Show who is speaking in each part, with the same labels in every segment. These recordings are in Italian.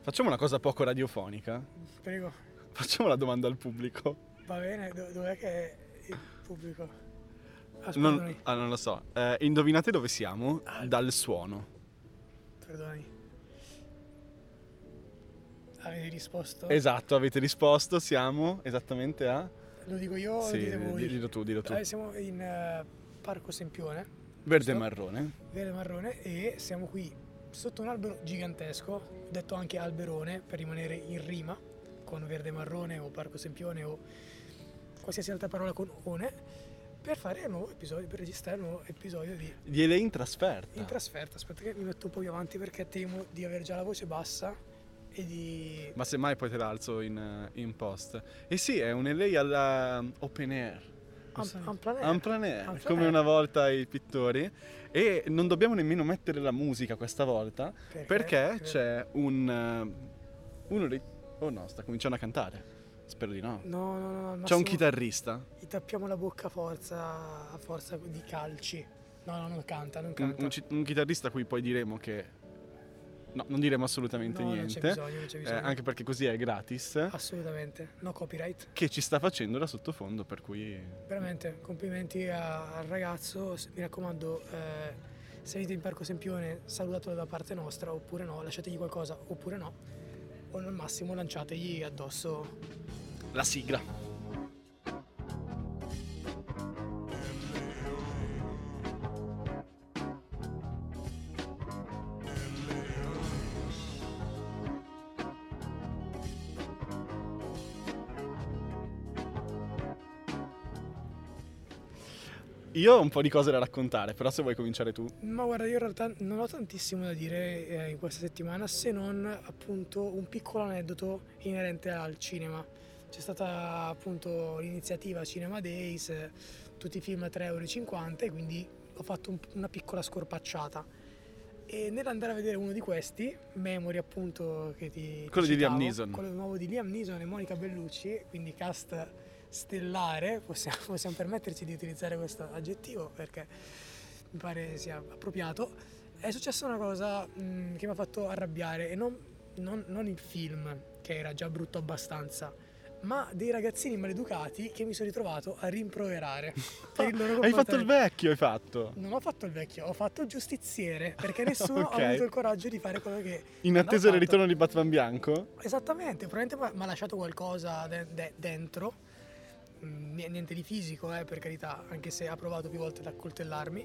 Speaker 1: Facciamo una cosa poco radiofonica.
Speaker 2: Prego,
Speaker 1: Facciamo la domanda al pubblico.
Speaker 2: va bene, do- dov'è che è il pubblico? Aspetta,
Speaker 1: Non, ah, non lo so. Eh, indovinate dove siamo? Dal suono.
Speaker 2: perdonami. Avete risposto?
Speaker 1: Esatto, avete risposto. Siamo esattamente a.
Speaker 2: Lo dico io o lo
Speaker 1: Sì,
Speaker 2: dite Oh, voi?
Speaker 1: di- dillo tu, dillo tu.
Speaker 2: Allora, siamo in eh, Parco Sempione,
Speaker 1: Verde e
Speaker 2: Giusto?
Speaker 1: marrone.
Speaker 2: Verde Marrone, e siamo qui sotto un albero gigantesco, detto anche alberone per rimanere in rima con Verde Marrone o Parco Sempione o qualsiasi altra parola con one, per fare un nuovo episodio, per registrare un nuovo episodio di
Speaker 1: Gliele in trasferta.
Speaker 2: In trasferta, aspetta che mi metto un po' più avanti perché temo di avere già la voce bassa e di...
Speaker 1: Ma semmai poi te l'alzo in, eh, in post. E sì, è un LA alla um, open air.
Speaker 2: Am-
Speaker 1: Sai?
Speaker 2: en plein air.
Speaker 1: En plein air,
Speaker 2: En plein
Speaker 1: come
Speaker 2: air.
Speaker 1: una volta i pittori. E non dobbiamo nemmeno mettere la musica questa volta,
Speaker 2: Perché?
Speaker 1: perché Cioè,
Speaker 2: Perché?
Speaker 1: c'è un... eh, uno dei... Oh no, sta cominciando a cantare. Spero di no.
Speaker 2: No, no, no, no. al
Speaker 1: C'è un
Speaker 2: massimo
Speaker 1: chitarrista.
Speaker 2: Gli tappiamo la bocca a forza, a forza di calci. No, no, non canta, non
Speaker 1: Un,
Speaker 2: canta.
Speaker 1: un ci- un chitarrista a cui poi diremo che... No, non diremo assolutamente
Speaker 2: No, non c'è
Speaker 1: niente.
Speaker 2: bisogno, non c'è
Speaker 1: eh,
Speaker 2: bisogno.
Speaker 1: anche perché così è gratis.
Speaker 2: Assolutamente, no copyright.
Speaker 1: Che ci sta facendo da sottofondo, per cui...
Speaker 2: Veramente, complimenti a- al ragazzo, Se- mi raccomando, eh, se venite in Parco Sempione salutatelo da parte nostra oppure no, lasciategli qualcosa oppure no, o al massimo lanciategli addosso
Speaker 1: La sigla. Io ho un po' di cose da raccontare, però se vuoi cominciare tu.
Speaker 2: Ma guarda, io in realtà non ho tantissimo da dire eh, in questa settimana se non appunto un piccolo aneddoto inerente al cinema. C'è stata appunto l'iniziativa Cinema Days, eh, tutti i film a 3,50 euro, quindi ho fatto un- una piccola scorpacciata. E nell'andare a vedere uno di questi, Memory appunto che ti... ti
Speaker 1: Quello di Liam
Speaker 2: citavo,
Speaker 1: Neeson.
Speaker 2: Quello nuovo di Liam Neeson e Monica Bellucci, quindi cast stellare, possiamo, possiamo permetterci di utilizzare questo aggettivo perché mi pare sia appropriato, è successa una cosa mh, che mi ha fatto arrabbiare e non, non- non il film, che era già brutto abbastanza, ma dei ragazzini maleducati che mi sono ritrovato a rimproverare per il
Speaker 1: Hai
Speaker 2: loro
Speaker 1: fatto il
Speaker 2: comportamento.
Speaker 1: vecchio, hai fatto.
Speaker 2: Non ho fatto il vecchio, ho fatto il giustiziere perché nessuno
Speaker 1: Ok.
Speaker 2: ha avuto il coraggio di fare quello che.
Speaker 1: In
Speaker 2: non ho
Speaker 1: attesa del
Speaker 2: fatto.
Speaker 1: ritorno di Batman Bianco.
Speaker 2: Esattamente, probabilmente mi ha- mi ha lasciato qualcosa de- de- dentro, Mm, ni- niente di fisico eh, per carità, anche se ha provato più volte ad accoltellarmi,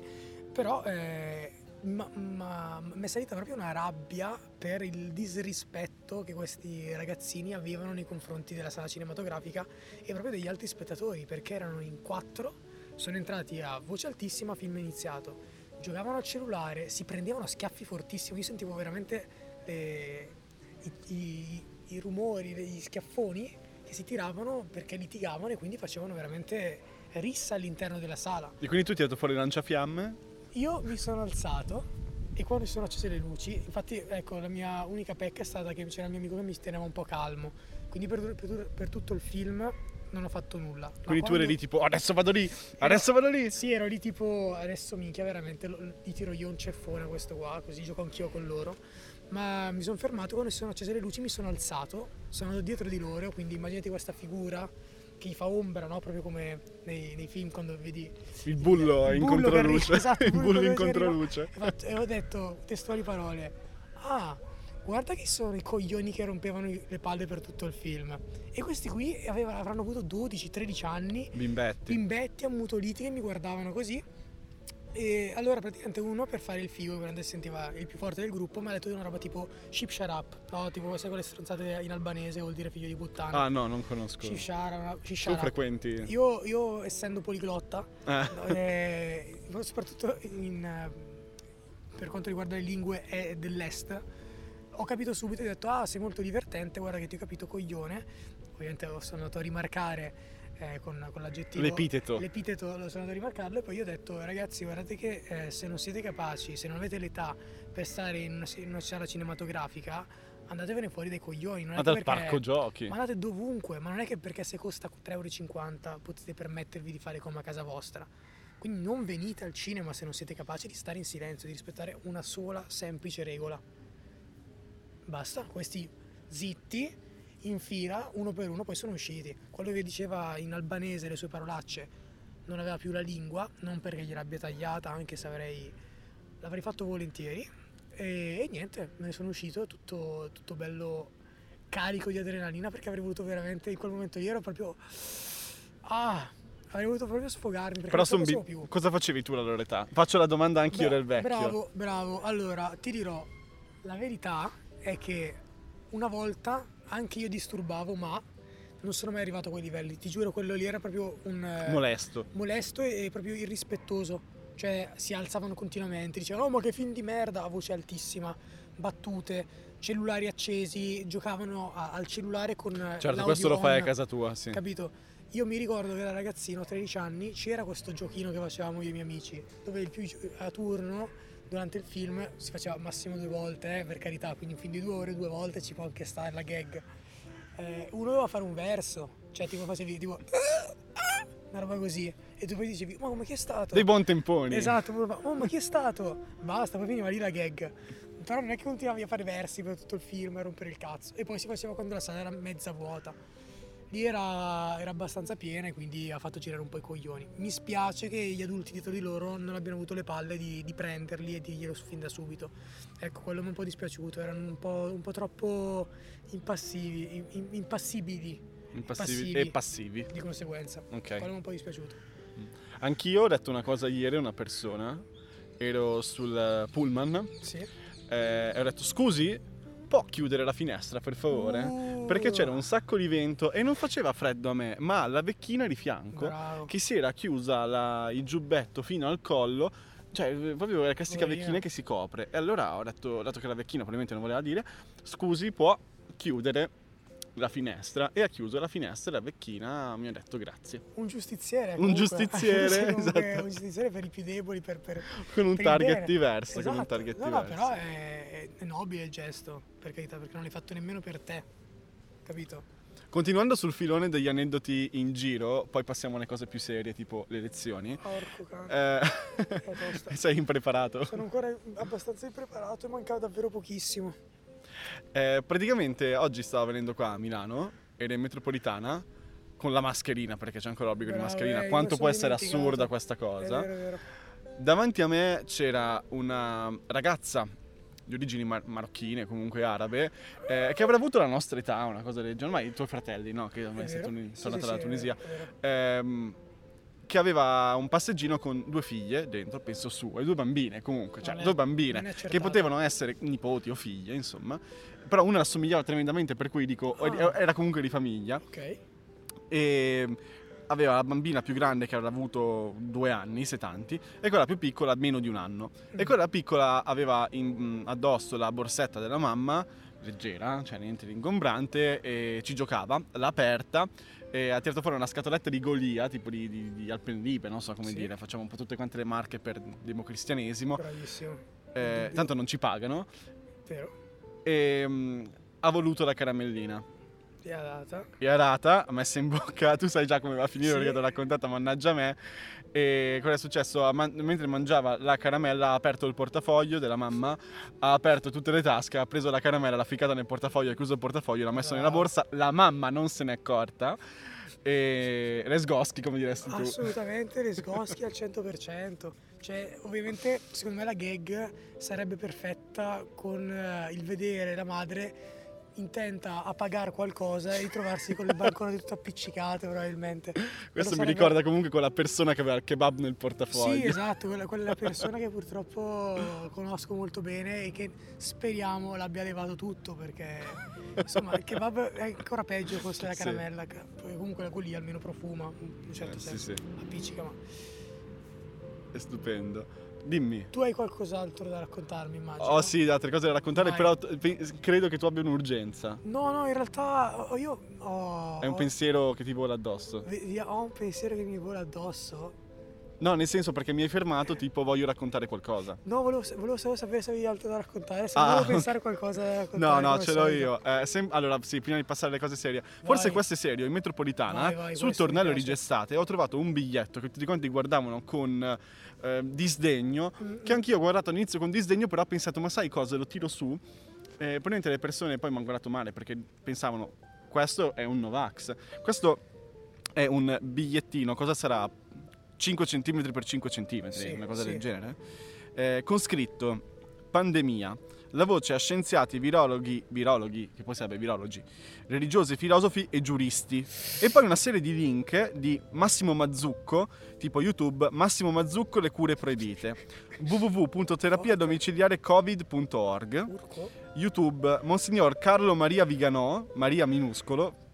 Speaker 2: però eh, ma- ma- mi è salita proprio una rabbia per il disrispetto che questi ragazzini avevano nei confronti della sala cinematografica e proprio degli altri spettatori, perché erano in quattro, sono entrati a voce altissima, film iniziato, giocavano al cellulare, si prendevano a schiaffi fortissimi, io sentivo veramente... eh, i, i- i rumori, gli schiaffoni che si tiravano perché litigavano e quindi facevano veramente rissa all'interno della sala.
Speaker 1: E quindi tu ti hai dato fuori il lanciafiamme?
Speaker 2: Io mi sono alzato e quando sono accese le luci, infatti ecco la mia unica pecca è stata che c'era il mio amico che mi teneva un po' calmo, quindi per, per- per tutto il film non ho fatto nulla. Ma
Speaker 1: Quindi tu
Speaker 2: quando-
Speaker 1: eri lì tipo adesso vado lì, adesso vado lì.
Speaker 2: Sì, ero lì tipo adesso minchia veramente lo- gli tiro io un ceffone a questo qua, così gioco anch'io con loro. Ma mi sono fermato quando si sono accese le luci, mi sono alzato, sono andato dietro di loro, quindi immaginate questa figura che gli fa ombra, no? Proprio come nei, nei film quando vedi
Speaker 1: Il bullo
Speaker 2: il
Speaker 1: in
Speaker 2: bullo che arriva-
Speaker 1: controluce.
Speaker 2: esatto,
Speaker 1: il bullo in
Speaker 2: che arriva.
Speaker 1: controluce.
Speaker 2: E fac- E ho detto testuali parole. Ah, guarda chi sono i coglioni che rompevano i- le palle per tutto il film. E questi qui aveva- avranno avuto 12-13 anni
Speaker 1: Bimbetti.
Speaker 2: bimbetti ammutoliti che mi guardavano così. E allora praticamente uno per fare il figo, quando si sentiva il più forte del gruppo, mi ha detto di una roba tipo ship sharap, no? Tipo sai quelle stronzate in albanese vuol dire figlio di puttana.
Speaker 1: Ah no, non conosco.
Speaker 2: Ship sharap,
Speaker 1: Tu
Speaker 2: ship sharap.
Speaker 1: frequenti.
Speaker 2: Io, io essendo poliglotta,
Speaker 1: Eh.
Speaker 2: eh, soprattutto in, eh, per quanto riguarda le lingue eh, dell'est, ho capito subito, ho detto ah sei molto divertente, guarda che ti ho capito coglione, ovviamente ho- sono andato a rimarcare eh, con, con l'aggettivo
Speaker 1: L'epiteto.
Speaker 2: l'epiteto, lo sono andato a rimarcarlo e poi io ho detto ragazzi guardate che eh, se non siete capaci, se non avete l'età per stare in una, in una sala cinematografica, andatevene fuori dai coglioni, non è
Speaker 1: Ma
Speaker 2: che
Speaker 1: dal
Speaker 2: perché-
Speaker 1: parco giochi.
Speaker 2: ma andate dovunque, ma non è che perché se costa 3,50 euro potete permettervi di fare come a casa vostra. Quindi non venite al cinema se non siete capaci di stare in silenzio, di rispettare una sola semplice regola. Basta, questi zitti, in fila, uno per uno, poi sono usciti. Quello che diceva in albanese le sue parolacce non aveva più la lingua, non perché gliel'abbia tagliata, anche se avrei, l'avrei fatto volentieri. E, e niente, me ne sono uscito tutto, tutto bello carico di adrenalina perché avrei voluto veramente, in quel momento io ero proprio... Ah, avrei voluto proprio sfogarmi perché
Speaker 1: Però son
Speaker 2: non ce
Speaker 1: bi-
Speaker 2: la facevo più.
Speaker 1: cosa facevi tu alla loro età? Faccio la domanda anch'io
Speaker 2: Bra-
Speaker 1: del vecchio.
Speaker 2: Bravo, bravo. Allora, ti dirò, la verità è che una volta anche io disturbavo, ma non sono mai arrivato a quei livelli. Ti giuro, quello lì era proprio un... eh,
Speaker 1: Molesto.
Speaker 2: molesto e e proprio irrispettoso. Cioè, si alzavano continuamente, dicevano: Oh, ma che film di merda! a voce altissima, battute, cellulari accesi, giocavano a- al cellulare con. eh,
Speaker 1: Certo,
Speaker 2: l'audio
Speaker 1: questo lo fai
Speaker 2: on,
Speaker 1: a casa tua, sì.
Speaker 2: Capito? Io mi ricordo che da ragazzino, a 13 anni, c'era questo giochino che facevamo io e i miei amici, dove il più gio- a turno. Durante il film si faceva massimo due volte, eh, per carità, quindi un film di due ore, due volte ci può anche stare la gag. Eh, uno doveva fare un verso, cioè tipo facevi tipo una roba così e tu poi dicevi ma come chi è stato?
Speaker 1: Dei buon temponi.
Speaker 2: esatto, poi fa, oh ma chi è stato? Basta, poi finiva lì la gag. Però non è che continuavi a fare versi per tutto il film e rompere il cazzo. E poi si faceva quando la sala era mezza vuota. Lì era, era abbastanza piena e quindi ha fatto girare un po' i coglioni. Mi spiace che gli adulti dietro di loro non abbiano avuto le palle di, di prenderli e dirglielo fin da subito. Ecco, quello mi è un po' dispiaciuto, erano un po', un po' troppo impassivi, in- in- impassibili
Speaker 1: Impassivi-
Speaker 2: passivi.
Speaker 1: E passivi.
Speaker 2: di conseguenza.
Speaker 1: Ok.
Speaker 2: Quello mi è un po' dispiaciuto.
Speaker 1: Anch'io ho detto una cosa ieri a una persona. Ero sul eh, pullman
Speaker 2: Sì.
Speaker 1: eh, e ho detto scusi, può chiudere la finestra per favore?
Speaker 2: Uh.
Speaker 1: Perché c'era un sacco di vento e non faceva freddo a me, ma alla vecchina di fianco
Speaker 2: Bravo.
Speaker 1: che si era chiusa la- il giubbetto fino al collo. Cioè, eh, proprio la classica
Speaker 2: Poverina.
Speaker 1: vecchina che si copre. E allora ho detto, dato che la vecchina probabilmente non voleva dire, scusi, può chiudere la finestra. E ha chiuso la finestra e la vecchina mi ha detto grazie.
Speaker 2: Un giustiziere.
Speaker 1: Un giustiziere,
Speaker 2: Sì, comunque,
Speaker 1: esatto.
Speaker 2: Un giustiziere per i più deboli, per, per,
Speaker 1: Con un
Speaker 2: per il
Speaker 1: target
Speaker 2: bene.
Speaker 1: diverso,
Speaker 2: Esatto.
Speaker 1: con un target
Speaker 2: no,
Speaker 1: diverso.
Speaker 2: No, però è, è nobile il gesto, per carità, perché non l'hai fatto nemmeno per te. Capito?
Speaker 1: Continuando sul filone degli aneddoti in giro, poi passiamo alle cose più serie, tipo le lezioni.
Speaker 2: Porco cane.
Speaker 1: Eh,
Speaker 2: tosta.
Speaker 1: sei impreparato.
Speaker 2: Sono ancora abbastanza impreparato e mancava davvero pochissimo.
Speaker 1: Eh, praticamente oggi stavo venendo qua a Milano, ed in metropolitana, con la mascherina, perché c'è ancora l'obbligo di
Speaker 2: Bravo, eh,
Speaker 1: mascherina.
Speaker 2: io
Speaker 1: Quanto
Speaker 2: mi
Speaker 1: può
Speaker 2: sono
Speaker 1: essere
Speaker 2: dimenticato.
Speaker 1: assurda questa
Speaker 2: È
Speaker 1: cosa?
Speaker 2: vero, è vero.
Speaker 1: Davanti a me c'era una ragazza di origini mar- marocchine, comunque arabe, eh, che avrà avuto la nostra età, una cosa del genere, ormai i tuoi fratelli, no? Che ormai
Speaker 2: È
Speaker 1: sei
Speaker 2: vero.
Speaker 1: torni-
Speaker 2: Sì,
Speaker 1: tornata
Speaker 2: sì,
Speaker 1: dalla
Speaker 2: sì, è
Speaker 1: Tunisia.
Speaker 2: vero, è vero.
Speaker 1: ehm, che aveva un passeggino con due figlie dentro, penso sue, due bambine comunque, cioè
Speaker 2: Non è-
Speaker 1: due
Speaker 2: non è
Speaker 1: bambine che
Speaker 2: accertato.
Speaker 1: potevano essere nipoti o figlie, insomma, però una assomigliava tremendamente per cui dico,
Speaker 2: Ah.
Speaker 1: era comunque di famiglia
Speaker 2: Ok.
Speaker 1: e aveva la bambina più grande che avrà avuto due anni, se tanti, e quella più piccola meno di un anno. E quella piccola aveva in- addosso la borsetta della mamma, leggera, cioè niente di ingombrante, e ci giocava, l'ha aperta, e ha tirato fuori una scatoletta di Golia, tipo di, di, di Alpenlibe, non so come
Speaker 2: Sì.
Speaker 1: dire, facciamo un po' tutte quante le marche per democristianesimo,
Speaker 2: Bravissimo.
Speaker 1: eh, tanto non ci pagano,
Speaker 2: Vero.
Speaker 1: e mm, ha voluto la caramellina.
Speaker 2: Ti ha data.
Speaker 1: e arata, ha messa in bocca, tu sai già come va a finire
Speaker 2: Sì.
Speaker 1: perché te l'ha raccontata, mannaggia me. E cosa è successo? Ha man- mentre mangiava la caramella ha aperto il portafoglio della mamma, ha aperto tutte le tasche, ha preso la caramella, l'ha ficcata nel portafoglio, ha chiuso il portafoglio, l'ha messa nella
Speaker 2: Bravo.
Speaker 1: borsa, la mamma non se n'è accorta. E resgoschi come diresti tu.
Speaker 2: Assolutamente Lesgoschi al 100%. Cioè, ovviamente, secondo me la gag sarebbe perfetta con eh, il vedere la madre intenta a pagare qualcosa e ritrovarsi con le banconote tutte appiccicate probabilmente.
Speaker 1: Questo mi
Speaker 2: sarebbe-
Speaker 1: ricorda comunque quella persona che aveva il kebab nel portafoglio.
Speaker 2: Sì, esatto, quella, quella persona che purtroppo conosco molto bene e che speriamo l'abbia levato tutto perché insomma il kebab è ancora peggio forse della
Speaker 1: Sì.
Speaker 2: caramella, che- poi comunque la lì almeno profuma in un certo
Speaker 1: Eh, sì,
Speaker 2: senso,
Speaker 1: sì,
Speaker 2: appiccica ma...
Speaker 1: è stupendo. Dimmi.
Speaker 2: Tu hai qualcos'altro da raccontarmi, immagino.
Speaker 1: Oh sì, altre cose da raccontare,
Speaker 2: Vai.
Speaker 1: però t- pe- credo che tu abbia un'urgenza.
Speaker 2: No, no, in realtà ho- io ho...
Speaker 1: È un pensiero che ti vola addosso.
Speaker 2: pensiero. Ho un pensiero che mi vola addosso.
Speaker 1: No, nel senso perché mi hai fermato, tipo voglio raccontare qualcosa.
Speaker 2: No, volevo, volevo solo sapere se avevi altro da raccontare. Se
Speaker 1: Ah,
Speaker 2: volevo
Speaker 1: ok.
Speaker 2: pensare qualcosa da
Speaker 1: No,
Speaker 2: raccontare.
Speaker 1: no,
Speaker 2: come
Speaker 1: ce l'ho
Speaker 2: solito.
Speaker 1: io. Eh, sem- allora, sì, prima di passare alle cose serie. Forse
Speaker 2: Vai.
Speaker 1: questo è serio. In metropolitana,
Speaker 2: Vai, vai,
Speaker 1: sul
Speaker 2: questo mi
Speaker 1: tornello di
Speaker 2: piace.
Speaker 1: Gestate, ho trovato un biglietto che tutti quanti guardavano con eh, disdegno.
Speaker 2: Mm,
Speaker 1: Che anch'io ho guardato all'inizio con disdegno, però ho pensato, ma sai cosa, lo tiro su. Eh, probabilmente le persone poi mi hanno guardato male perché pensavano questo è un Novax, questo è un bigliettino, cosa sarà? 5 cm per 5 cm,
Speaker 2: Sì,
Speaker 1: una cosa
Speaker 2: sì.
Speaker 1: del genere, Eh, con scritto pandemia, la voce a scienziati, virologhi, virologhi, che poi sarebbe virologi, religiosi, filosofi e giuristi. E poi una serie di link di Massimo Mazzucco, tipo YouTube, Massimo Mazzucco le cure proibite, www.terapiadomiciliarecovid.org
Speaker 2: Urco.
Speaker 1: YouTube Monsignor Carlo Maria Viganò, Maria minuscolo,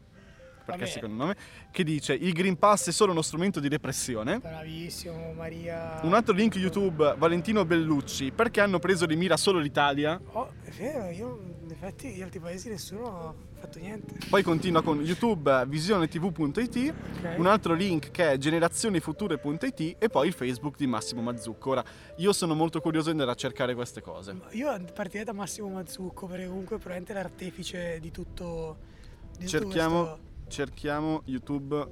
Speaker 1: perché
Speaker 2: Vabbè.
Speaker 1: è il secondo nome, che dice il Green Pass è solo uno strumento di repressione.
Speaker 2: Bravissimo, Maria.
Speaker 1: Un altro link YouTube, Valentino Bellucci, perché hanno preso di mira solo l'Italia?
Speaker 2: Oh, è vero, io in effetti gli altri paesi nessuno ha fatto niente.
Speaker 1: Poi continua con YouTube, visionetv.it,
Speaker 2: Ok.
Speaker 1: un altro link che è generazionefuture.it e poi il Facebook di Massimo Mazzucco. Ora, io sono molto curioso di andare a cercare queste cose.
Speaker 2: Io partirei da Massimo Mazzucco perché comunque è probabilmente l'artefice di tutto. Di tutto
Speaker 1: Cerchiamo,
Speaker 2: questo-
Speaker 1: cerchiamo YouTube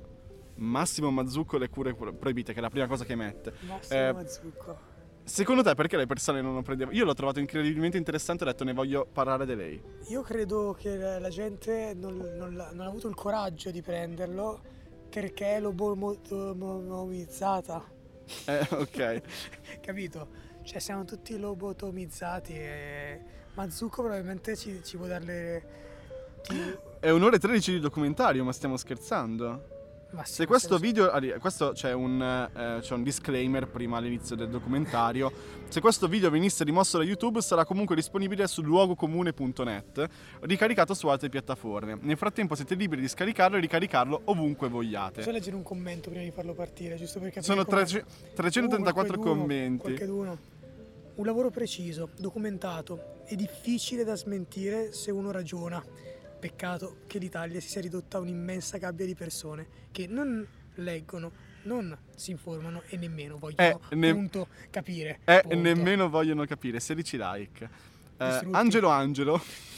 Speaker 1: Massimo Mazzucco le cure pro- proibite, che è la prima cosa che mette.
Speaker 2: Massimo
Speaker 1: eh,
Speaker 2: Mazzucco.
Speaker 1: Secondo te perché le persone non lo prendevano? Io l'ho trovato incredibilmente interessante e ho detto ne voglio parlare di lei.
Speaker 2: Io credo che la la gente non, non l'ha- non ha avuto il coraggio di prenderlo perché l'ho lobotomizzata.
Speaker 1: Eh, ok.
Speaker 2: Capito? Cioè siamo tutti lobotomizzati e Mazzucco probabilmente ci, ci può darle... ti-
Speaker 1: È un'ora e 13 di documentario, ma stiamo scherzando?
Speaker 2: Ma sì,
Speaker 1: Se questo video... ah, di- Questo c'è un, eh, c'è un disclaimer prima all'inizio del documentario. Se questo video venisse rimosso da YouTube sarà comunque disponibile su luogocomune.net, ricaricato su altre piattaforme. Nel frattempo siete liberi di scaricarlo e ricaricarlo ovunque vogliate.
Speaker 2: Posso leggere un commento prima di farlo partire, giusto perché...
Speaker 1: Sono 334 commenti.
Speaker 2: Un lavoro preciso, documentato e difficile da smentire se uno ragiona. Peccato che l'Italia si sia ridotta a un'immensa gabbia di persone che non leggono, non si informano e nemmeno vogliono
Speaker 1: Eh, ne- Eh,
Speaker 2: punto, capire.
Speaker 1: E
Speaker 2: punto.
Speaker 1: nemmeno vogliono capire, 16 like. Eh,
Speaker 2: Distrutti.
Speaker 1: Angelo Angelo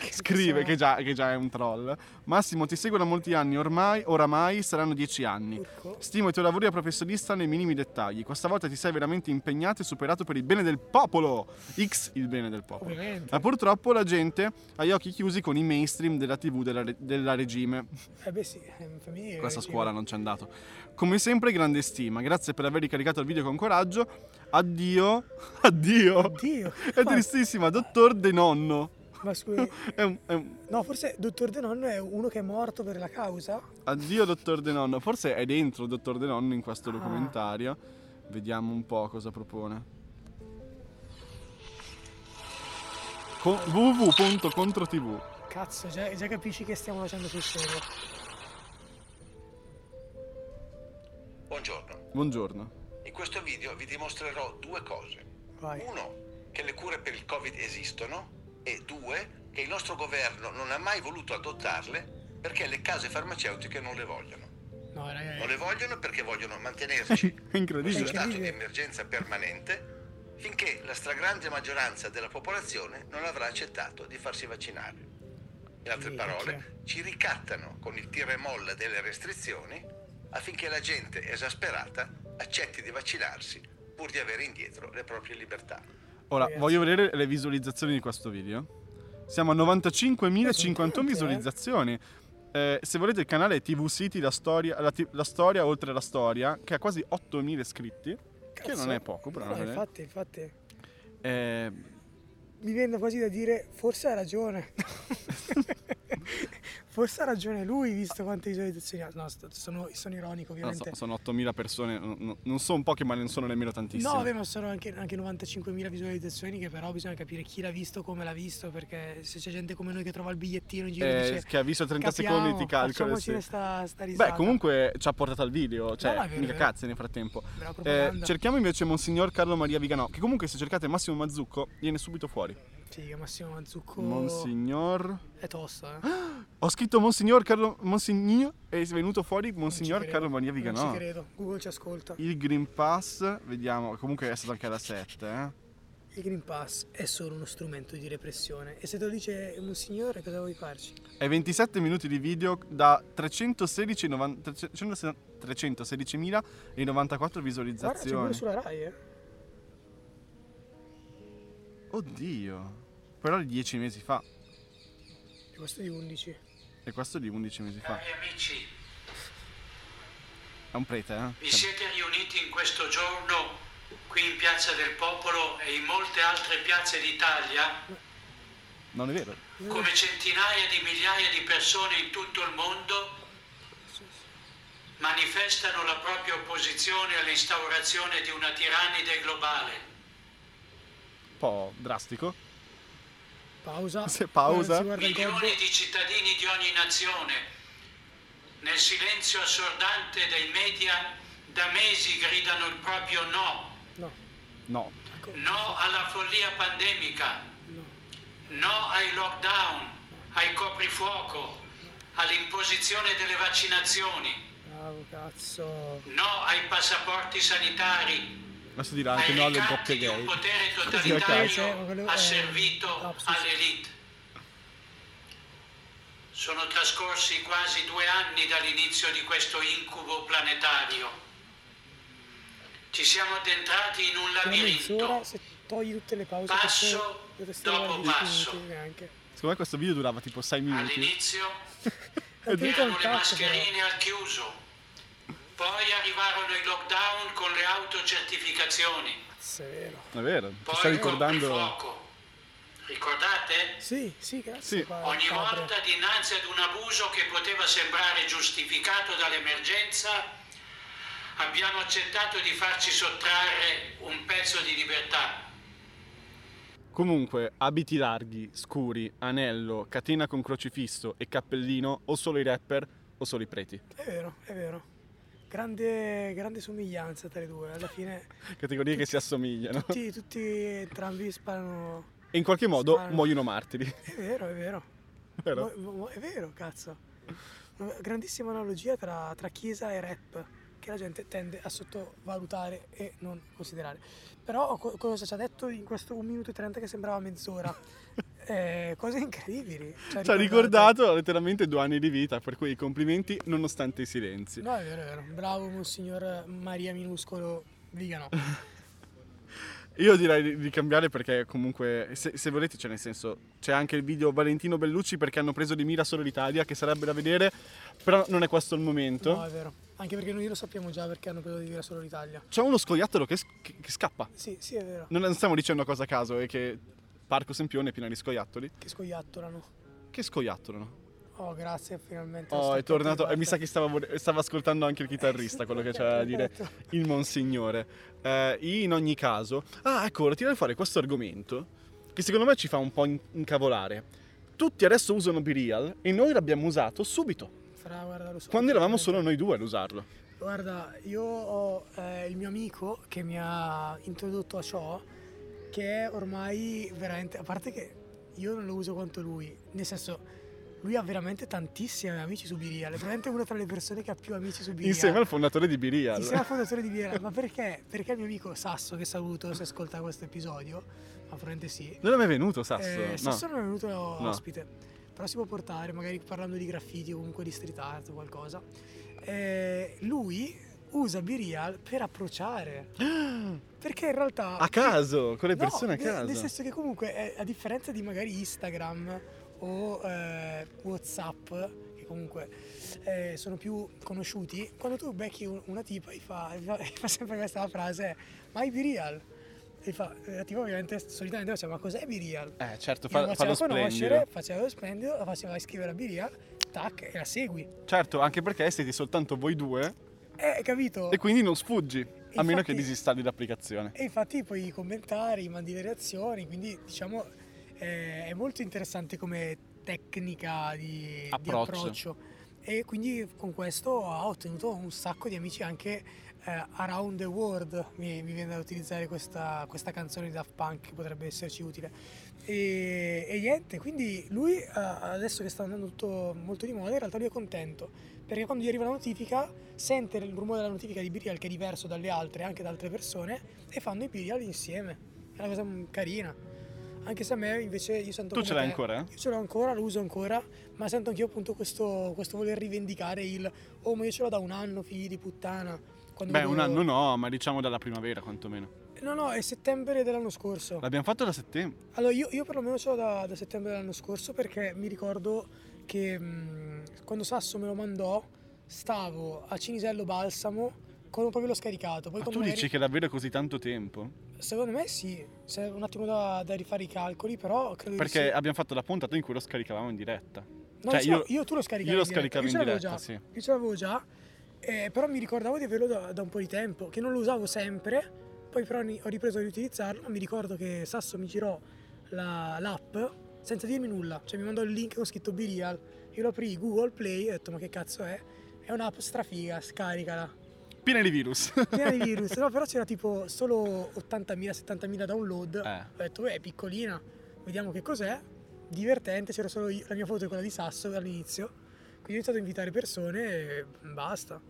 Speaker 2: Che
Speaker 1: scrive,
Speaker 2: sono-
Speaker 1: che già, che già è un troll. Massimo, ti seguo da molti anni, ormai, oramai saranno 10 anni.
Speaker 2: Urco.
Speaker 1: Stimo i tuoi lavori da professionista nei minimi dettagli. Questa volta ti sei veramente impegnato e superato per il bene del popolo. X il bene del popolo.
Speaker 2: Ovviamente.
Speaker 1: Ma purtroppo la gente ha gli occhi chiusi con i mainstream della TV della, re- della regime.
Speaker 2: Eh beh sì, è un famiglia.
Speaker 1: Questa
Speaker 2: dico.
Speaker 1: scuola non c'è andato. Come sempre, grande stima. Grazie per aver ricaricato il video con coraggio. Addio. Addio.
Speaker 2: Oddio.
Speaker 1: È tristissima, dottor De Nonno.
Speaker 2: Ma scusi.
Speaker 1: È un- è un-
Speaker 2: No, forse Dottor De Nonno è uno che è morto per la causa.
Speaker 1: Addio, dottor De Nonno. Forse è dentro dottor De Nonno in questo
Speaker 2: Ah.
Speaker 1: documentario. Vediamo un po' cosa propone. Con www.controtv.
Speaker 2: Cazzo, già, già capisci che stiamo facendo sul serio.
Speaker 3: Buongiorno,
Speaker 1: Buongiorno.
Speaker 3: in questo video vi dimostrerò due cose.
Speaker 2: Vai.
Speaker 3: Uno, che le cure per il Covid esistono e due, che il nostro governo non ha mai voluto adottarle perché le case farmaceutiche non le vogliono.
Speaker 2: No,
Speaker 3: Non
Speaker 2: raga.
Speaker 3: le vogliono perché vogliono mantenerci
Speaker 1: È
Speaker 3: in uno
Speaker 1: incredibile.
Speaker 3: stato di emergenza permanente finché la stragrande maggioranza della popolazione non avrà accettato di farsi vaccinare. In altre
Speaker 2: Minchia.
Speaker 3: parole, ci ricattano con il tira e molla delle restrizioni affinché la gente esasperata accetti di vaccinarsi pur di avere indietro le proprie libertà.
Speaker 1: Ora,
Speaker 2: Ragazzi.
Speaker 1: voglio vedere le visualizzazioni di questo video. Siamo a 95.051
Speaker 2: tante, eh.
Speaker 1: visualizzazioni. Eh, se volete il canale TV City, la storia, la, ti- la storia oltre la storia, che ha quasi 8.000 iscritti, che non è poco, però.
Speaker 2: No,
Speaker 1: non è-
Speaker 2: infatti, infatti.
Speaker 1: Eh,
Speaker 2: Mi viene quasi da dire, forse ha ragione. forse ha ragione lui, visto quante visualizzazioni ha. No, sto- sono, sono ironico,
Speaker 1: non
Speaker 2: ovviamente.
Speaker 1: so, sono 8.000 persone, non- non, non sono poche, ma non sono nemmeno tantissime.
Speaker 2: No, vabbè, ma sono anche, anche 95.000 visualizzazioni che però bisogna capire chi l'ha visto, come l'ha visto, perché se c'è gente come noi che trova il bigliettino in giro e
Speaker 1: Eh,
Speaker 2: dice...
Speaker 1: che ha visto 30
Speaker 2: "Capiamo,
Speaker 1: secondi ti calcola.
Speaker 2: Facciamoci
Speaker 1: sì.
Speaker 2: sta, sta risata.
Speaker 1: Beh, comunque ci ha portato al video, cioè,
Speaker 2: no, è vero,
Speaker 1: mica
Speaker 2: è vero.
Speaker 1: cazzi nel frattempo.
Speaker 2: Brava
Speaker 1: Eh,
Speaker 2: propaganda.
Speaker 1: cerchiamo invece Monsignor Carlo Maria Viganò, che comunque se cercate Massimo Mazzucco viene subito fuori.
Speaker 2: Figa, Massimo Manzucco
Speaker 1: Monsignor.
Speaker 2: è tosto, eh.
Speaker 1: Ho scritto Monsignor Carlo. Monsignor. È venuto fuori Monsignor
Speaker 2: Non ci
Speaker 1: Carlo Maria
Speaker 2: credo, Non
Speaker 1: Viganò.
Speaker 2: ci credo, Google ci ascolta.
Speaker 1: Il Green Pass, vediamo. Comunque è stato anche alla 7. Eh.
Speaker 2: Il Green Pass è solo uno strumento di repressione e se te lo dice un signore cosa vuoi farci?
Speaker 1: È 27 minuti di video da 316 novan- 360 316.094
Speaker 2: Guarda, c'è pure eh.
Speaker 1: visualizzazioni.
Speaker 2: sulla Rai, eh.
Speaker 1: Oddio. però di 10 mesi fa,
Speaker 2: E questo è di 11.
Speaker 1: e questo di 11 mesi fa.
Speaker 4: Cari amici,
Speaker 1: È un prete, eh?
Speaker 4: vi
Speaker 1: Cioè,
Speaker 4: siete riuniti in questo giorno qui in Piazza del Popolo e in molte altre piazze d'Italia
Speaker 1: non è vero.
Speaker 4: come centinaia di migliaia di persone in tutto il mondo manifestano la propria opposizione all'instaurazione di una tirannide globale.
Speaker 1: Un po' drastico.
Speaker 2: Pausa.
Speaker 1: Se pausa.
Speaker 2: Si guarda il
Speaker 4: Milioni
Speaker 2: gobbo.
Speaker 4: di cittadini di ogni nazione, nel silenzio assordante dei media, da mesi gridano il proprio no,
Speaker 2: No,
Speaker 1: No.
Speaker 2: ecco.
Speaker 4: no alla follia pandemica,
Speaker 2: No.
Speaker 4: no ai lockdown, ai coprifuoco, all'imposizione delle vaccinazioni,
Speaker 2: Bravo, cazzo.
Speaker 4: no ai passaporti sanitari,
Speaker 1: Adesso dirà anche
Speaker 4: ai
Speaker 1: no alle
Speaker 4: ricatti
Speaker 1: coppie
Speaker 4: di
Speaker 1: gay.
Speaker 4: un potere
Speaker 2: Sì, ok, sì, ma
Speaker 4: totalitario
Speaker 2: quello è-
Speaker 4: asservito
Speaker 2: lapsus.
Speaker 4: all'elite. Sono trascorsi quasi due anni dall'inizio di questo incubo planetario. Ci siamo addentrati in un
Speaker 2: Una mezz'ora
Speaker 4: labirinto.
Speaker 2: se togli tutte le pause
Speaker 4: Passo
Speaker 2: che dovresti
Speaker 4: dopo
Speaker 2: trovare
Speaker 4: passo.
Speaker 2: minuti neanche.
Speaker 1: Secondo me questo video durava tipo 6 minuti.
Speaker 4: All'inizio
Speaker 2: Non ti dico un
Speaker 4: Erano le
Speaker 2: cazzo però.
Speaker 4: mascherine al chiuso. Poi arrivarono i lockdown con le autocertificazioni.
Speaker 2: Cazzo, è vero.
Speaker 1: Non è vero. Ti
Speaker 4: Poi
Speaker 1: sta
Speaker 4: il
Speaker 1: ricordando...
Speaker 4: coprifuoco. Ricordate?
Speaker 2: Sì, sì, cazzo.
Speaker 1: Sì.
Speaker 2: pa-
Speaker 4: Ogni
Speaker 2: padre.
Speaker 4: volta dinanzi ad un abuso che poteva sembrare giustificato dall'emergenza, abbiamo accettato di farci sottrarre un pezzo di libertà.
Speaker 1: Comunque, abiti larghi, scuri, anello, catena con crocifisso e cappellino, o solo i rapper o solo i preti.
Speaker 2: È vero, è vero. Grande, grande somiglianza tra i due. Alla fine
Speaker 1: Categorie che si assomigliano.
Speaker 2: tutti, tutti entrambi sparano.
Speaker 1: E in qualche modo
Speaker 2: Sparo.
Speaker 1: muoiono martiri.
Speaker 2: È vero, è vero.
Speaker 1: Vero?
Speaker 2: Mo- mo- È vero, cazzo. Una grandissima analogia tra, tra chiesa e rap che la gente tende a sottovalutare e non considerare. Però co- cosa ci ha detto in questo 1 minuto e 30 che sembrava mezz'ora? Eh, cose incredibili.
Speaker 1: Ci ha ricordato letteralmente due anni di vita, per cui i complimenti nonostante i silenzi.
Speaker 2: No, è vero, è vero. Bravo Monsignor Maria Minuscolo Vigano.
Speaker 1: Io direi di- di cambiare perché comunque, se, se volete, cioè nel senso, c'è anche il video Valentino Bellucci perché hanno preso di mira solo l'Italia, che sarebbe da vedere, però non è questo il momento.
Speaker 2: No, è vero. Anche perché noi lo sappiamo già perché hanno preso di via solo l'Italia.
Speaker 1: C'è uno scoiattolo che, s- che- che scappa.
Speaker 2: Sì, sì, è vero.
Speaker 1: Non non stiamo dicendo cosa a caso, è che Parco Sempione è pieno di scoiattoli.
Speaker 2: Che scoiattolano.
Speaker 1: Che scoiattolano?
Speaker 2: Oh, grazie, finalmente.
Speaker 1: Oh, è tornato e mi sa che stava, vor- stava ascoltando anche il chitarrista, quello che c'era da dire.
Speaker 2: Certo.
Speaker 1: il Monsignore. Eh, in ogni caso, ah, ecco, volevo tirare fuori questo argomento che secondo me ci fa un po' in- incavolare. Tutti adesso usano Birial e noi l'abbiamo usato subito,
Speaker 2: Fra, guarda, lo so.
Speaker 1: quando eravamo solo noi due ad usarlo.
Speaker 2: Guarda, io ho eh, il mio amico che mi ha introdotto a ciò, che è ormai veramente, a parte che io non lo uso quanto lui, nel senso, lui ha veramente tantissimi amici su Birial, è veramente una tra le persone che ha più amici su Birial.
Speaker 1: Insieme al fondatore di Birial.
Speaker 2: Insieme al fondatore di Birial, ma perché? Perché il mio amico Sasso, che saluto se ascolta questo episodio, ma probabilmente sì,
Speaker 1: Non è mai venuto Sasso?
Speaker 2: eh, Sasso
Speaker 1: no.
Speaker 2: non è venuto
Speaker 1: No.
Speaker 2: ospite, però si può portare, magari parlando di graffiti o comunque di street art o qualcosa. Eh, lui usa Birial per approcciare, perché in realtà...
Speaker 1: A caso, con le
Speaker 2: No,
Speaker 1: persone a
Speaker 2: nel-
Speaker 1: caso.
Speaker 2: Nel senso che comunque, eh, a differenza di magari Instagram o eh, Whatsapp, che comunque eh, sono più conosciuti, quando tu becchi un- una tipa e fa, gli fa- gli fa sempre questa frase, ma è Birial? E fa, la tipa ovviamente solitamente faceva, ma cos'è Birial?
Speaker 1: Eh, certo,
Speaker 2: Io
Speaker 1: fa,
Speaker 2: la
Speaker 1: fallo
Speaker 2: facevo conoscere,
Speaker 1: splendido.
Speaker 2: facevo lo splendido, la faceva iscrivere a Biria, tac, e la segui.
Speaker 1: Certo, anche perché siete soltanto voi due
Speaker 2: Eh, capito?
Speaker 1: e quindi non sfuggi, a meno che
Speaker 2: Infatti- Eh,
Speaker 1: disinstalli l'applicazione.
Speaker 2: E infatti puoi commentare, mandi le reazioni, quindi diciamo eh, è molto interessante come tecnica di di
Speaker 1: Approccio.
Speaker 2: approccio. E quindi con questo ha ottenuto un sacco di amici anche eh, around the world, mi, mi viene da utilizzare questa, questa canzone di Daft Punk che potrebbe esserci utile. E, e niente, quindi lui eh, adesso che sta andando tutto molto di moda, in realtà lui è contento, perché quando gli arriva la notifica sente il rumore della notifica di Birial che è diverso dalle altre, anche da altre persone, e fanno i Birial insieme. È una cosa mm, carina. Anche se a me invece io sento...
Speaker 1: Tu
Speaker 2: come
Speaker 1: ce l'hai
Speaker 2: te.
Speaker 1: ancora? eh?
Speaker 2: Io ce l'ho ancora, lo uso ancora, ma sento anch'io appunto questo, questo voler rivendicare il oh ma io ce l'ho da un anno, figli di puttana. Quando
Speaker 1: Beh, un
Speaker 2: vedo-
Speaker 1: anno no, ma diciamo dalla primavera quantomeno.
Speaker 2: No, no, è settembre dell'anno scorso.
Speaker 1: L'abbiamo fatto da settembre.
Speaker 2: Allora, io, io perlomeno ce l'ho da, da settembre dell'anno scorso perché mi ricordo che mh, quando Sasso me lo mandò stavo a Cinisello Balsamo con proprio l'ho scaricato. Poi
Speaker 1: Ma
Speaker 2: quando
Speaker 1: Ah, tu
Speaker 2: me-
Speaker 1: dici che davvero è così tanto tempo?
Speaker 2: Secondo me sì, c'è un attimo da, da rifare i calcoli, però credo di
Speaker 1: Perché
Speaker 2: sì.
Speaker 1: abbiamo fatto la puntata in cui lo scaricavamo in diretta.
Speaker 2: No,
Speaker 1: cioè,
Speaker 2: ce l'ho-
Speaker 1: io-
Speaker 2: tu lo scaricavi
Speaker 1: io lo
Speaker 2: in diretta.
Speaker 1: scaricavo
Speaker 2: Io ce
Speaker 1: in
Speaker 2: l'avevo
Speaker 1: diretta,
Speaker 2: già.
Speaker 1: sì.
Speaker 2: Io ce l'avevo già, eh, però mi ricordavo di averlo da, da un po' di tempo, che non lo usavo sempre, poi però ne- ho ripreso a riutilizzarlo, mi ricordo che Sasso mi girò la- l'app senza dirmi nulla, cioè mi mandò il link con scritto Birial, io lo aprì Google Play e ho detto ma che cazzo è? È un'app strafiga, scaricala.
Speaker 1: Piena di virus.
Speaker 2: Piena di virus, no, però c'era tipo solo 80.000-70.000 download.
Speaker 1: Eh.
Speaker 2: Ho detto, beh, è piccolina, vediamo che cos'è. Divertente, c'era solo io- la mia foto e quella di Sasso all'inizio. Quindi ho iniziato a invitare persone e basta.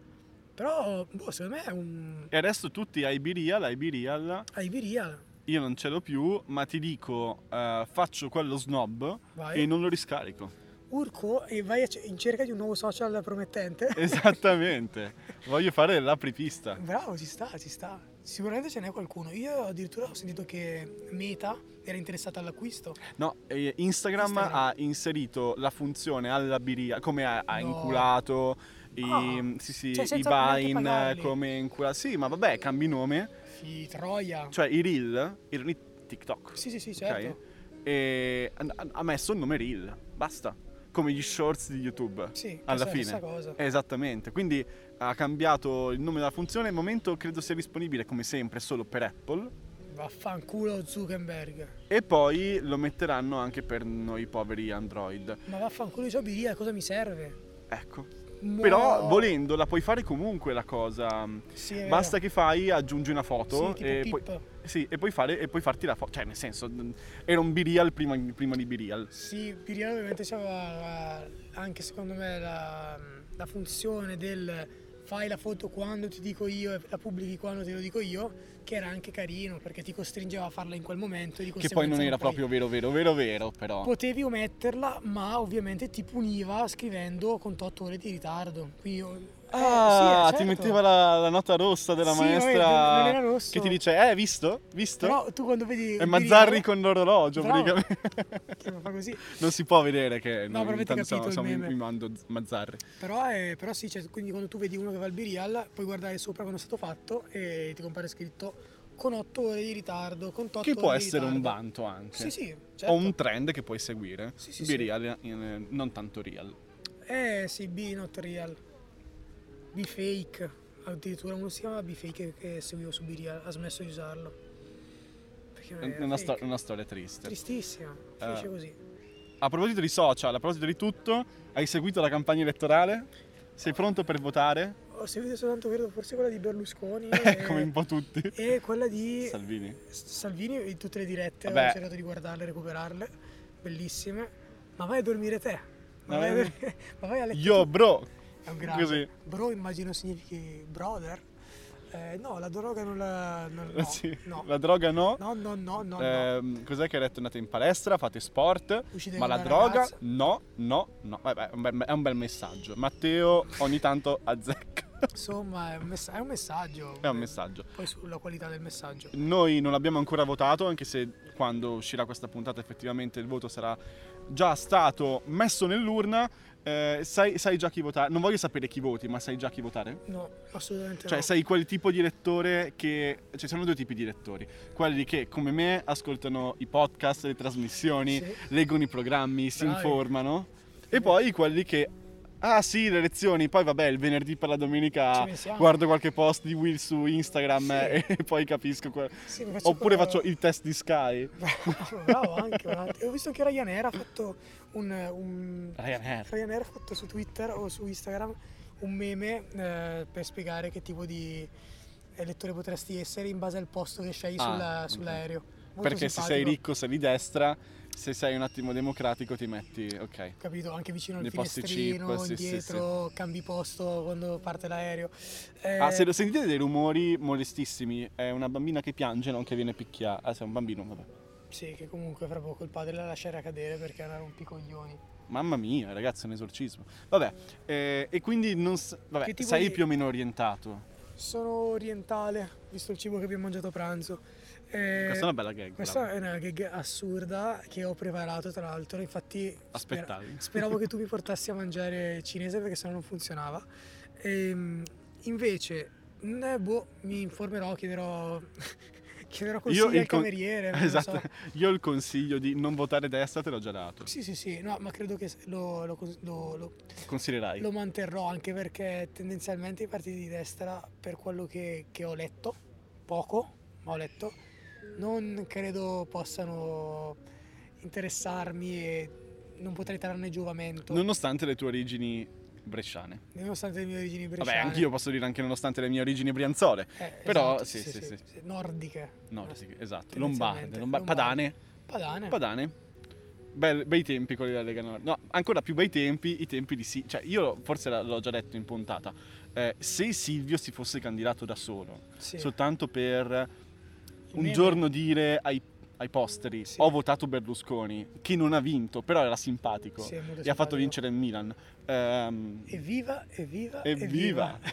Speaker 2: Però, boh, secondo me è un
Speaker 1: E adesso tutti a Iberial, Iberial,
Speaker 2: Iberia.
Speaker 1: io non ce l'ho più, ma ti dico, eh, faccio quello snob
Speaker 2: Vai.
Speaker 1: e non lo riscarico.
Speaker 2: Urco e vai a ce- in cerca di un nuovo social promettente.
Speaker 1: Esattamente. Voglio fare l'apripista.
Speaker 2: Bravo, ci sta, ci sta. Sicuramente ce n'è qualcuno. Io addirittura ho sentito che Meta era interessata all'acquisto.
Speaker 1: No, eh, Instagram,
Speaker 2: Instagram.
Speaker 1: ha inserito la funzione alla biria, come ha, ha
Speaker 2: No.
Speaker 1: inculato i, mm,
Speaker 2: Ah.
Speaker 1: sì, sì,
Speaker 2: Cioè,
Speaker 1: i
Speaker 2: senza neanche
Speaker 1: Vine,
Speaker 2: pagarli.
Speaker 1: come incula... Sì, ma vabbè, cambi nome.
Speaker 2: Sì, Troia.
Speaker 1: Cioè, i Reel, i Reel TikTok,
Speaker 2: Sì, sì, sì,
Speaker 1: ok?
Speaker 2: certo.
Speaker 1: E ha- ha messo il nome Reel, basta. Come gli shorts di YouTube.
Speaker 2: Sì, esatto.
Speaker 1: alla
Speaker 2: questa è
Speaker 1: fine. Eh.
Speaker 2: la stessa cosa.
Speaker 1: Esattamente, quindi ha cambiato il nome della funzione, al momento credo sia disponibile come sempre solo per Apple
Speaker 2: Vaffanculo Zuckerberg.
Speaker 1: e poi lo metteranno anche per noi poveri Android.
Speaker 2: Ma vaffanculo Jobiria, cosa mi serve?
Speaker 1: Ecco.
Speaker 2: Mo-
Speaker 1: Però volendo la puoi fare comunque la cosa.
Speaker 2: Sì, è vero.
Speaker 1: Basta che fai, aggiungi una
Speaker 2: Sì,
Speaker 1: foto
Speaker 2: tipo
Speaker 1: e,
Speaker 2: pip.
Speaker 1: poi, sì, e, puoi fare, e puoi farti la foto. Cioè, nel senso, mh, era un B-Real prima, prima di B-Real.
Speaker 2: Sì, Piria ovviamente c'aveva eh, anche secondo me la, la funzione del fai la foto quando ti dico io e la pubblichi quando te lo dico io, che era anche carino perché ti costringeva a farla in quel momento. e di
Speaker 1: Che poi non
Speaker 2: conseguenza
Speaker 1: era
Speaker 2: puoi-
Speaker 1: proprio vero, vero, vero, vero, però.
Speaker 2: Potevi ometterla, ma ovviamente ti puniva scrivendo con 8 ore di ritardo. Quindi, io- eh,
Speaker 1: Ah,
Speaker 2: sì, eh,
Speaker 1: ti
Speaker 2: certo.
Speaker 1: metteva la, la nota rossa della
Speaker 2: Sì, vabbè, non
Speaker 1: maestra
Speaker 2: era rosso.
Speaker 1: che ti dice, eh, hai visto? Visto?
Speaker 2: Però tu quando vedi...
Speaker 1: è
Speaker 2: Piria-
Speaker 1: Mazzarri con l'orologio,
Speaker 2: Bravo.
Speaker 1: praticamente.
Speaker 2: Che fa così.
Speaker 1: non si può vedere che
Speaker 2: No, però avete
Speaker 1: intanto siamo,
Speaker 2: capito il
Speaker 1: siamo in,
Speaker 2: meme.
Speaker 1: in mando Mazzarri.
Speaker 2: Però, è- però sì, cioè, quindi quando tu vedi uno che va al Birial, puoi guardare sopra quando è stato fatto e ti compare scritto con 8 ore di ritardo, con 8 ore
Speaker 1: Che può
Speaker 2: di
Speaker 1: essere un
Speaker 2: ritardo".
Speaker 1: vanto anche.
Speaker 2: eh. Sì, sì,
Speaker 1: o
Speaker 2: certo.
Speaker 1: un trend che puoi seguire.
Speaker 2: Sì, sì,
Speaker 1: Be
Speaker 2: sì.
Speaker 1: real, in- non tanto real.
Speaker 2: Eh sì, B not real. B fake. Addirittura uno si chiama B fake che seguivo su Birial, ha smesso di usarlo. Perché
Speaker 1: È
Speaker 2: era
Speaker 1: una,
Speaker 2: fake.
Speaker 1: sto- Ah. una storia triste.
Speaker 2: Tristissima, finisce così.
Speaker 1: A proposito di social, a proposito di tutto, hai seguito la campagna elettorale? Sei pronto per votare?
Speaker 2: Ho seguito Oh, soltanto, credo, forse quella di Berlusconi
Speaker 1: Come un
Speaker 2: e,
Speaker 1: po' tutti.
Speaker 2: e quella di...
Speaker 1: Salvini.
Speaker 2: Salvini in tutte le dirette,
Speaker 1: Vabbè.
Speaker 2: ho cercato di guardarle, recuperarle, bellissime. Ma vai a dormire te. Ma
Speaker 1: Ma
Speaker 2: vai a,
Speaker 1: vai-
Speaker 2: dormire- ma vai a letto.
Speaker 1: Yo,
Speaker 2: tu.
Speaker 1: bro!
Speaker 2: È un grande.
Speaker 1: Così.
Speaker 2: Bro immagino significhi brother. Eh, no, la droga non la... Non, no,
Speaker 1: Sì.
Speaker 2: no.
Speaker 1: La droga no.
Speaker 2: no, no, no, no, no.
Speaker 1: Ehm, cos'è che hai detto? Andate in palestra, fate sport,
Speaker 2: Uscite
Speaker 1: ma
Speaker 2: con
Speaker 1: la
Speaker 2: una
Speaker 1: droga
Speaker 2: ragazza.
Speaker 1: no, no, no. Vabbè, è un bel, è un bel messaggio. Matteo ogni tanto azzecca.
Speaker 2: Insomma, è un, mess- è un messaggio.
Speaker 1: è un messaggio.
Speaker 2: Poi sulla qualità del messaggio.
Speaker 1: Noi non abbiamo ancora votato, anche se quando uscirà questa puntata effettivamente il voto sarà già stato messo nell'urna. Eh, sai, sai già chi votare? Non voglio sapere chi voti, ma sai già chi votare?
Speaker 2: No, assolutamente
Speaker 1: Cioè,
Speaker 2: no.
Speaker 1: sei quel tipo di lettore che. Cioè, ci sono due tipi di lettori. Quelli che, come me, ascoltano i podcast, le trasmissioni,
Speaker 2: Sì.
Speaker 1: leggono i programmi, si
Speaker 2: Bravi.
Speaker 1: informano. E poi quelli che. Ah sì, le lezioni, poi vabbè, il venerdì per la
Speaker 2: Ci
Speaker 1: domenica
Speaker 2: pensiamo.
Speaker 1: guardo qualche post di Will su Instagram
Speaker 2: Sì.
Speaker 1: e poi capisco. que-
Speaker 2: Sì, ma faccio
Speaker 1: Oppure
Speaker 2: quello-
Speaker 1: faccio il test di Sky.
Speaker 2: Bravo, bravo anche. un attimo. Ho visto che Ryanair ha fatto un, un-
Speaker 1: Ryanair.
Speaker 2: Ryanair ha fatto su Twitter o su Instagram un meme eh, per spiegare che tipo di elettore potresti essere in base al posto che scegli
Speaker 1: Ah,
Speaker 2: sulla-
Speaker 1: ok.
Speaker 2: sull'aereo. Molto
Speaker 1: Perché se sei
Speaker 2: simpatico,
Speaker 1: ricco sei di destra, se sei un attimo democratico ti metti. Ok.
Speaker 2: Capito? Anche vicino al
Speaker 1: Nei posti
Speaker 2: finestrino,
Speaker 1: chip, sì, sì,
Speaker 2: indietro, cambi posto quando parte l'aereo. Eh,
Speaker 1: Ah, se lo sentite dei rumori molestissimi, è una bambina che piange, non che viene picchiata. Ah, se è un bambino, vabbè.
Speaker 2: Sì, che comunque fra poco il padre la lascerà cadere perché era un picoglioni.
Speaker 1: Mamma mia, ragazzi, è un esorcismo. Vabbè, eh, e quindi non s-
Speaker 2: Che
Speaker 1: vabbè,
Speaker 2: tipo
Speaker 1: sei
Speaker 2: di-
Speaker 1: più o meno orientato.
Speaker 2: Sono orientale, visto il cibo che abbiamo mangiato a pranzo. Eh,
Speaker 1: Questa è una bella gag.
Speaker 2: Questa
Speaker 1: bravo.
Speaker 2: è una gag assurda che ho preparato tra l'altro, infatti spera-
Speaker 1: Aspettavi.
Speaker 2: speravo che tu mi portassi a mangiare cinese perché sennò non funzionava. Ehm, invece, mm, boh, mi informerò, chiederò, chiederò consigli al
Speaker 1: con-
Speaker 2: cameriere. non lo
Speaker 1: esatto.
Speaker 2: so.
Speaker 1: Io il consiglio di non votare destra te l'ho già dato.
Speaker 2: Sì, sì, sì, no, ma credo che lo, lo cons- lo- lo-
Speaker 1: Consiglierai.
Speaker 2: lo manterrò anche perché tendenzialmente i partiti di destra, per quello che, che ho letto, poco, ma ho letto, non credo possano interessarmi e non potrei trarne giovamento,
Speaker 1: Nonostante le tue origini bresciane.
Speaker 2: nonostante le mie origini bresciane.
Speaker 1: Vabbè, anch'io posso dire anche nonostante le mie origini brianzole.
Speaker 2: Eh,
Speaker 1: però
Speaker 2: esatto,
Speaker 1: sì, sì, sì.
Speaker 2: nordiche.
Speaker 1: No,
Speaker 2: eh,
Speaker 1: sì, esatto. Lombarde,
Speaker 2: tendenzialmente,
Speaker 1: lomba-
Speaker 2: lombarde.
Speaker 1: padane.
Speaker 2: Padane.
Speaker 1: Padane. Bel- bei tempi quelli della Lega Nord. No, ancora più bei tempi, i tempi di sì. Cioè, io forse la- l'ho già detto in puntata. Eh, se Silvio si fosse candidato da solo,
Speaker 2: Sì.
Speaker 1: soltanto per un
Speaker 2: Meme.
Speaker 1: giorno dire ai, ai posteri
Speaker 2: Sì.
Speaker 1: ho votato Berlusconi, che non ha vinto, però era simpatico.
Speaker 2: Sì, è molto
Speaker 1: e ha fatto
Speaker 2: simpatico.
Speaker 1: vincere il Milan. Ehm,
Speaker 2: Evviva, evviva,
Speaker 1: Evviva! Ciao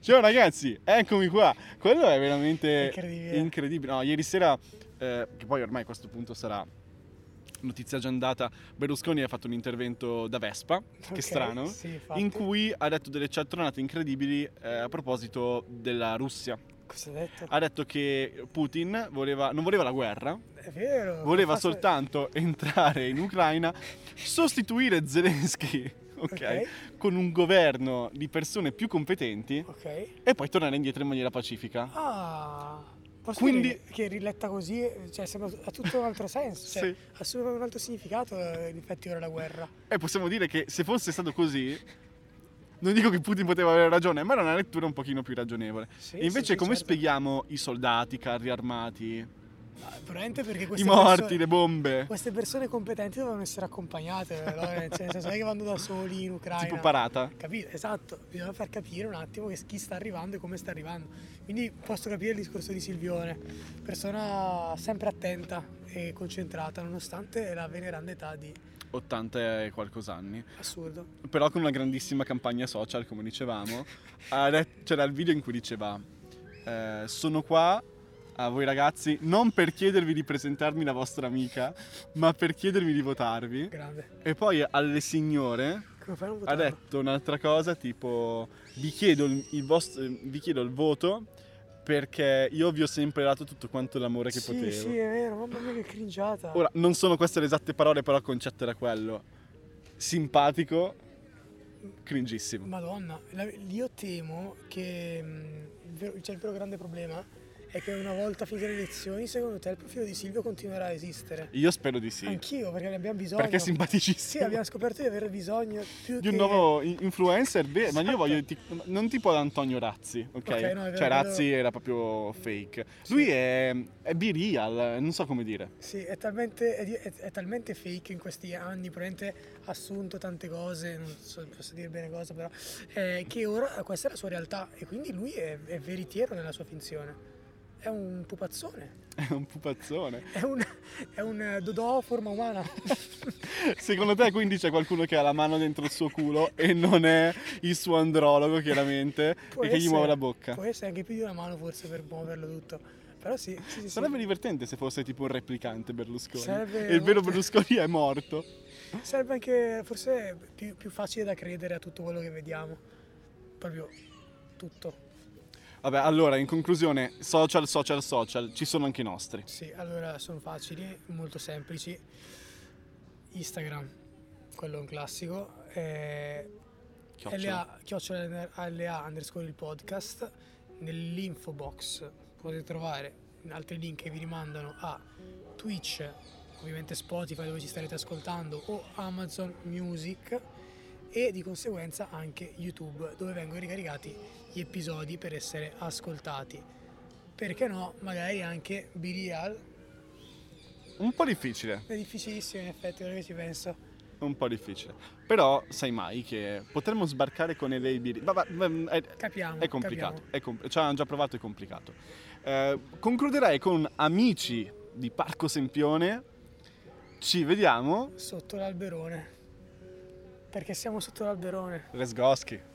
Speaker 1: Cioè, ragazzi, eccomi qua. Quello è veramente
Speaker 2: Incredibile.
Speaker 1: incredibile. No, ieri sera, eh, che poi ormai a questo punto sarà notizia già andata, Berlusconi ha fatto un intervento da Vespa, che
Speaker 2: Ok,
Speaker 1: strano,
Speaker 2: sì, infatti.
Speaker 1: in cui ha detto delle cialtronate incredibili eh, a proposito della Russia.
Speaker 2: Cosa ha detto?
Speaker 1: Ha detto che Putin voleva- non voleva la guerra,
Speaker 2: È vero.
Speaker 1: voleva
Speaker 2: fa-
Speaker 1: soltanto entrare in Ucraina, sostituire Zelensky, ok,
Speaker 2: Ok.
Speaker 1: con un governo di persone più competenti
Speaker 2: Ok.
Speaker 1: e poi tornare indietro in maniera pacifica.
Speaker 2: Ah, posso
Speaker 1: Quindi-
Speaker 2: dire che riletta così cioè, sembra, ha tutto un altro senso, cioè,
Speaker 1: Sì.
Speaker 2: assume un altro significato eh, in effetti ora la guerra.
Speaker 1: E possiamo dire che se fosse stato così, non dico che Putin poteva avere ragione, ma era una lettura un pochino più ragionevole.
Speaker 2: Sì,
Speaker 1: E invece
Speaker 2: sì, sì,
Speaker 1: come
Speaker 2: certo.
Speaker 1: spieghiamo i soldati, i carri armati,
Speaker 2: Ma Probabilmente perché queste
Speaker 1: Ah, i morti,
Speaker 2: persone,
Speaker 1: le bombe,
Speaker 2: queste persone competenti dovevano essere accompagnate, no? Cioè, nel senso non è che vanno da soli in Ucraina.
Speaker 1: tipo parata?
Speaker 2: Capito? Esatto, bisogna far capire un attimo che chi sta arrivando e come sta arrivando. Quindi posso capire il discorso di Silvione, persona sempre attenta e concentrata nonostante la veneranda età di
Speaker 1: 80 e qualcos'anni.
Speaker 2: assurdo.
Speaker 1: però con una grandissima campagna social, come dicevamo, ha det- c'era il video in cui diceva eh, sono qua a voi ragazzi non per chiedervi di presentarmi la vostra amica, ma per chiedervi di votarvi.
Speaker 2: Grande.
Speaker 1: E poi alle signore
Speaker 2: Come fai a non
Speaker 1: ha
Speaker 2: votarlo?
Speaker 1: detto un'altra cosa tipo vi chiedo il, il vostro- vi chiedo il voto perché io vi ho sempre dato tutto quanto l'amore che
Speaker 2: sì,
Speaker 1: potevo.
Speaker 2: Sì, è vero, mamma mia che cringiata.
Speaker 1: Ora, non sono queste le esatte parole, però il concetto era quello. Simpatico, cringissimo.
Speaker 2: Madonna, la- io temo che mh, il vero- cioè, il vero grande problema è che una volta finite le elezioni, secondo te il profilo di Silvio continuerà a esistere?
Speaker 1: Io spero di sì.
Speaker 2: Anch'io, perché ne abbiamo bisogno.
Speaker 1: Perché è
Speaker 2: Sì,
Speaker 1: simpaticissimo.
Speaker 2: abbiamo scoperto di avere bisogno più
Speaker 1: Di un
Speaker 2: che-
Speaker 1: nuovo i- influencer, vero, ma io
Speaker 2: Esatto.
Speaker 1: voglio. ti- non tipo Antonio Razzi, ok?
Speaker 2: Ok, no, è vero,
Speaker 1: cioè,
Speaker 2: quello-
Speaker 1: Razzi era proprio fake.
Speaker 2: Sì.
Speaker 1: Lui è. è B-Real, non so come dire.
Speaker 2: Sì, è talmente, è di- è- è talmente fake in questi anni, probabilmente ha assunto tante cose, non so, posso dire bene cosa, però, eh, che ora questa è la sua realtà e quindi lui è, è veritiero nella sua finzione. È un pupazzone,
Speaker 1: È un pupazzone.
Speaker 2: è un, è un eh, Dodò a forma umana.
Speaker 1: Secondo te, quindi, c'è qualcuno che ha la mano dentro il suo culo e non è il suo andrologo, chiaramente,
Speaker 2: Può
Speaker 1: e che gli
Speaker 2: essere-
Speaker 1: muove la bocca?
Speaker 2: Può essere anche più di una mano forse per muoverlo tutto. Però sì, sì, sì, sì.
Speaker 1: Sarebbe divertente se fosse tipo un replicante Berlusconi.
Speaker 2: Sarebbe
Speaker 1: E il vero
Speaker 2: molto-
Speaker 1: Berlusconi è morto.
Speaker 2: Sarebbe anche forse più, più facile da credere a tutto quello che vediamo. Proprio tutto.
Speaker 1: Vabbè, allora, in conclusione, social, social, social, ci sono anche i nostri.
Speaker 2: Sì, allora sono facili, molto semplici. Instagram, quello è un classico. Eh,
Speaker 1: Chiocciola.
Speaker 2: LA, chiocciola LA underscore il podcast. Nell'info box potete trovare altri link che vi rimandano a Twitch, ovviamente Spotify dove ci starete ascoltando, o Amazon Music e di conseguenza anche YouTube dove vengono ricaricati gli episodi per essere ascoltati. Perché no, magari anche Birial.
Speaker 1: Un po' difficile.
Speaker 2: È difficilissimo in effetti, ora che ci penso.
Speaker 1: un po' difficile. Però sai mai che potremmo sbarcare con Elei Biri. Ma, ma- ma- è,
Speaker 2: Capiamo,
Speaker 1: è complicato.
Speaker 2: capiamo.
Speaker 1: È compl- ci hanno già provato, è complicato. Eh, concluderei con Amici di Parco Sempione. Ci vediamo.
Speaker 2: Sotto l'alberone. Perché siamo sotto l'alberone.
Speaker 1: Resgoschi.